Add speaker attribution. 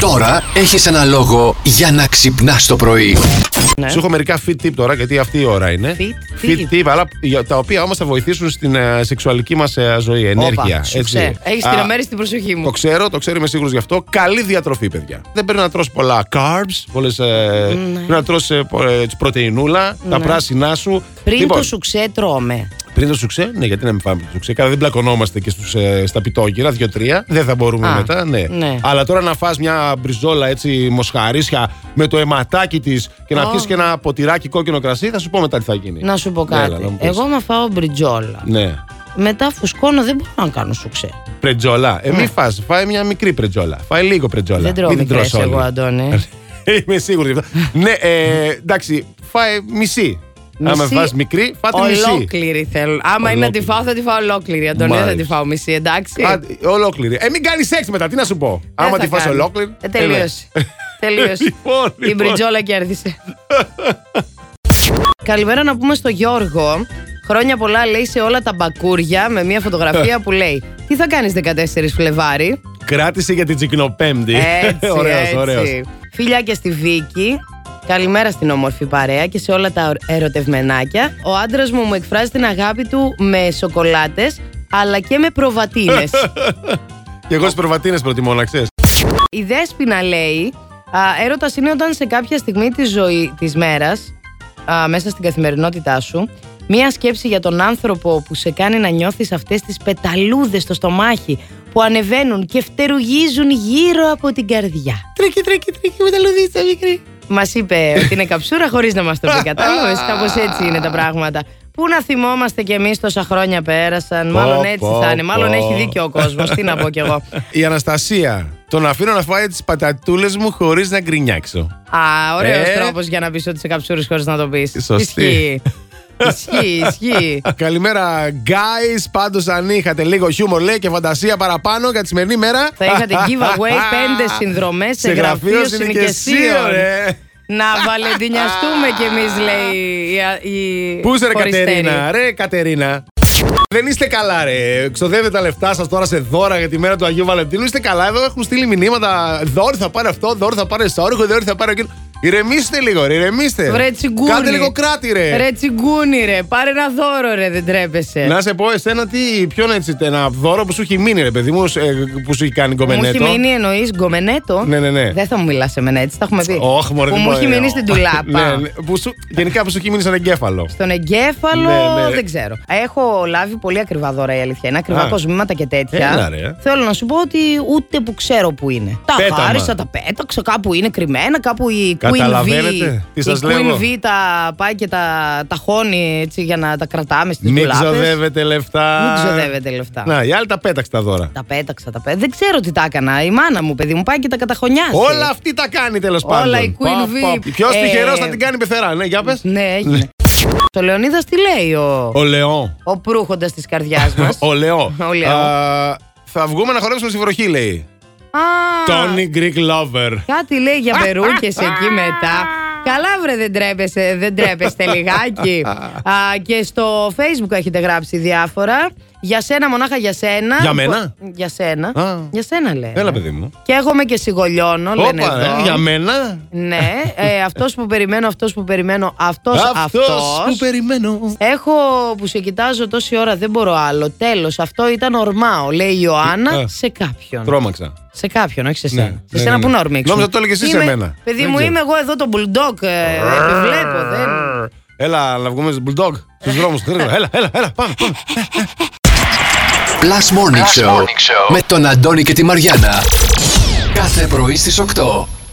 Speaker 1: Τώρα έχεις ένα λόγο για να ξυπνάς το πρωί.
Speaker 2: Ναι.
Speaker 3: Σου έχω μερικά fit tip τώρα, γιατί αυτή η ώρα είναι.
Speaker 2: Fit
Speaker 3: Fit tip, αλλά για- τα οποία όμως θα βοηθήσουν στην ε, σεξουαλική μας ζωή, ενέργεια.
Speaker 2: σου ξέ. Έχεις
Speaker 3: Α,
Speaker 2: τρομέρει την προσοχή
Speaker 3: Το
Speaker 2: μου.
Speaker 3: ξέρω, το ξέρω, είμαι σίγουρος γι' αυτό. Καλή διατροφή, παιδιά. Δεν πρέπει να τρως πολλά carbs, πολλές, ε,
Speaker 2: Ναι.
Speaker 3: πρέπει να τρως ε, πο- ε, τις πρωτεϊνούλα, τα πράσινά σου.
Speaker 2: Πριν
Speaker 3: Λοιπόν,
Speaker 2: το σουξέ τρώμε.
Speaker 3: Πριν το σουξέ, ναι, γιατί να μην πάμε το σουξέ. Καλά, δεν μπλακωνόμαστε και στους, ε, στα πιτόκυρα, δύο-τρία. Δεν θα μπορούμε
Speaker 2: Α,
Speaker 3: μετά, ναι.
Speaker 2: ναι.
Speaker 3: Αλλά τώρα να φας μια μπριζόλα έτσι μοσχαρίσια με το αιματάκι της και να
Speaker 2: Ω.
Speaker 3: πιεις και ένα ποτηράκι κόκκινο κρασί, θα σου πω μετά τι θα γίνει.
Speaker 2: Να σου πω
Speaker 3: Ναι,
Speaker 2: κάτι.
Speaker 3: έλα, να μου πεις.
Speaker 2: Εγώ να φάω μπριτζόλα.
Speaker 3: Ναι.
Speaker 2: Μετά φουσκώνω, δεν μπορώ να κάνω σουξέ.
Speaker 3: Πρετζόλα. Ε, μην φας, φάει μια μικρή πρετζόλα. Φάει λίγο πρετζόλα.
Speaker 2: Ναι. Δεν τρώω
Speaker 3: Μην την
Speaker 2: μικρές
Speaker 3: τρως όλη.
Speaker 2: εγώ, Αντώνη.
Speaker 3: Είμαι σίγουρο γι' αυτό. ναι, ε, εντάξει, φάε μισή. Άμα
Speaker 2: Μισή-
Speaker 3: φας μικρή, φάτε μισή.
Speaker 2: Ολόκληρη θέλω. Άμα είναι να τη φάω, θα τη φάω ολόκληρη. Αντώνη, δεν θα τη
Speaker 3: Μάλιστα.
Speaker 2: φάω μισή, εντάξει.
Speaker 3: Άντε, Ολόκληρη. Ε, μην κάνεις σεξ μετά, τι να σου πω.
Speaker 2: Δεν
Speaker 3: Άμα
Speaker 2: θα
Speaker 3: τη φας
Speaker 2: κάνω.
Speaker 3: ολόκληρη.
Speaker 2: Ε, τελείωσε.
Speaker 3: ε, ναι.
Speaker 2: τελείωσε.
Speaker 3: Λοιπόν,
Speaker 2: Την
Speaker 3: λοιπόν.
Speaker 2: πριτζόλα κέρδισε. Καλημέρα να πούμε στο Γιώργο. Χρόνια πολλά λέει σε όλα τα μπακούρια με μια φωτογραφία που λέει Τι θα κάνεις 14 Φλεβάρι.
Speaker 3: Κράτησε για την τσικνοπέμπτη.
Speaker 2: Έτσι,
Speaker 3: ωραίος,
Speaker 2: έτσι.
Speaker 3: ωραίος.
Speaker 2: Φιλιά και στη Βίκη. Καλημέρα στην όμορφη παρέα και σε όλα τα ερωτευμενάκια. Ο άντρας μου μου εκφράζει την αγάπη του με σοκολάτες αλλά και με προβατίνες.
Speaker 3: Και εγώ στις προβατίνες προτιμώ να ξέρεις.
Speaker 2: Η Δέσποινα λέει, α, έρωτας είναι όταν σε κάποια στιγμή της ζωή της μέρας, α, μέσα στην καθημερινότητά σου, μία σκέψη για τον άνθρωπο που σε κάνει να νιώθεις αυτές τις πεταλούδες στο στομάχι που ανεβαίνουν και φτερουγίζουν γύρω από την καρδιά. Τρέχει, τρέχει, τρέχει, πεταλούδιστσα μικρή. Μας είπε ότι είναι καψούρα χωρίς να μας το πει. Κατάλαβες, κάπως έτσι είναι τα πράγματα. Πού να θυμόμαστε κι εμείς τόσα χρόνια πέρασαν.
Speaker 3: Πω,
Speaker 2: Μάλλον έτσι
Speaker 3: πω,
Speaker 2: θα είναι. Μάλλον
Speaker 3: πω.
Speaker 2: έχει δίκιο ο κόσμος. Τι να πω κι εγώ.
Speaker 3: Η Αναστασία. Τον αφήνω να φάει τις πατατούλες μου χωρίς να γκρινιάξω.
Speaker 2: Α, ωραίος
Speaker 3: Ε.
Speaker 2: τρόπος για να πεις ότι σε καψούρε χωρίς να το πεις.
Speaker 3: Σωστή.
Speaker 2: Ισχύει. Ισχύει, ισχύει.
Speaker 3: Καλημέρα, guys. Πάντως, αν είχατε λίγο χιούμορ, λέει και φαντασία παραπάνω για τη σημερινή μέρα.
Speaker 2: Θα είχατε giveaway πέντε συνδρομές σε γραφείο συνοικεσίων.
Speaker 3: ρε.
Speaker 2: Να βαλεντινιαστούμε κι εμείς, λέει η. α- η
Speaker 3: Πού είσαι, ρε
Speaker 2: χωριστέρη.
Speaker 3: Κατερίνα, ρε Κατερίνα. Δεν είστε καλά, ρε. Ξοδεύετε τα λεφτά σας τώρα σε δώρα για τη μέρα του Αγίου Βαλεντίνου. Είστε καλά, εδώ έχουν στείλει μηνύματα. Δώρο θα πάρει αυτό, δώρο θα πάρει σόρυχο, δώρο θα πάρει εκείνο. Ηρεμήστε λίγο, ρε, ηρεμήστε.
Speaker 2: Βρε τσιγκούνι.
Speaker 3: Ε. Κάντε λίγο κράτη, ρε.
Speaker 2: Ρε τσιγκούνι, ρε. Πάρε ένα δώρο, ρε. Δεν τρέπεσαι.
Speaker 3: Να σε πω εσένα τι, ποιον έτσι, ένα δώρο που σου έχει μείνει, ρε παιδί μου, σε- ε, που σου έχει κάνει
Speaker 2: Μου
Speaker 3: κομμενέτο.
Speaker 2: έχει μείνει εννοείς γκομενέτο.
Speaker 3: Ναι, ναι, ναι.
Speaker 2: Δεν θα μου μιλάς σε μένα έτσι, τα έχουμε δει.
Speaker 3: Όχι, μωρέ,
Speaker 2: Που
Speaker 3: τι
Speaker 2: μου
Speaker 3: πω,
Speaker 2: έχει
Speaker 3: ε,
Speaker 2: μείνει
Speaker 3: ε,
Speaker 2: στην
Speaker 3: ναι,
Speaker 2: τουλάπα.
Speaker 3: ναι, που σου- γενικά που σου έχει μείνει σαν εγκέφαλο.
Speaker 2: Στον εγκέφαλο
Speaker 3: Ναι, ναι.
Speaker 2: δεν ξέρω. Έχω λάβει πολύ ακριβά δώρα η αλήθεια. Είναι ακριβά
Speaker 3: Α.
Speaker 2: κοσμήματα και τέτοια.
Speaker 3: Έλα, ρε.
Speaker 2: Θέλω να σου πω ότι ούτε που ξέρω που είναι. Τα
Speaker 3: Πέταμα.
Speaker 2: χάρισα, τα πέταξα, κάπου είναι κρυμμένα, κάπου η Queen V.
Speaker 3: Καταλαβαίνετε τι
Speaker 2: η
Speaker 3: σας
Speaker 2: Queen
Speaker 3: λέγω.
Speaker 2: V τα πάει και τα, τα χώνει έτσι για να τα κρατάμε στις
Speaker 3: Μην
Speaker 2: ντουλάπες.
Speaker 3: ξοδεύετε λεφτά.
Speaker 2: Μην ξοδεύετε λεφτά.
Speaker 3: Να, οι άλλοι τα πέταξε τα δώρα.
Speaker 2: Τα πέταξα, τα πέταξα. Δεν ξέρω τι τα έκανα. Η μάνα μου, παιδί μου, πάει και τα καταχωνιάζει.
Speaker 3: Όλα αυτή τα κάνει τέλος
Speaker 2: ε. Όλα
Speaker 3: πάντων.
Speaker 2: η Queen V.
Speaker 3: Ποιος
Speaker 2: Ε,
Speaker 3: τυχερός θα την κάνει πεθερά, ναι, για πες.
Speaker 2: Ναι, έγινε. Ο Λεωνίδας τι λέει ο,
Speaker 3: Ο Λεό.
Speaker 2: ο προύχοντας της καρδιάς μα.
Speaker 3: Ο Λεό.
Speaker 2: Ο Λεό.
Speaker 3: Α, Θα βγούμε να χορέψουμε στη βροχή, λέει. Tony Greek Lover.
Speaker 2: Κάτι λέει για περούκε εκεί μετά. Καλά, βρε, δεν τρέπεστε, δεν τρέπεστε λιγάκι. Α, και στο Facebook έχετε γράψει διάφορα. Για σένα, μονάχα για σένα.
Speaker 3: Για μένα?
Speaker 2: Για σένα.
Speaker 3: Α.
Speaker 2: Για σένα, λέει.
Speaker 3: Έλα, παιδί μου.
Speaker 2: Και έχουμε και σιγολιώνω, λένε
Speaker 3: Όπα,
Speaker 2: εδώ.
Speaker 3: ρε, για μένα.
Speaker 2: Ναι, ε, αυτός που περιμένω, αυτός που περιμένω, αυτός αυτός.
Speaker 3: Αυτός που περιμένω.
Speaker 2: Έχω που σε κοιτάζω τόση ώρα, δεν μπορώ άλλο. Τέλος, αυτό ήταν ορμάω, λέει η Ιωάννα,
Speaker 3: Α.
Speaker 2: σε κάποιον.
Speaker 3: Τρόμαξα.
Speaker 2: Σε κάποιον, όχι σε
Speaker 3: Ναι,
Speaker 2: σένα. σε
Speaker 3: ναι,
Speaker 2: σένα
Speaker 3: ναι,
Speaker 2: που
Speaker 3: ναι.
Speaker 2: να ορμήξω.
Speaker 3: Νόμιζα το έλεγες εσύ σε
Speaker 2: Είμαι-
Speaker 3: μένα.
Speaker 2: Παιδί
Speaker 3: Δεν
Speaker 2: μου,
Speaker 3: ξέρω.
Speaker 2: είμαι εγώ εδώ το bulldog. Ε, επιβλέπω, δεν.
Speaker 3: Έλα, να βγούμε στον Bulldog. Στους δρόμους. Έλα, έλα, έλα. Πάμε, πάμε.
Speaker 1: Plus Morning, Show, με τον Αντώνη και τη Μαριάνα. Κάθε πρωί στις 8.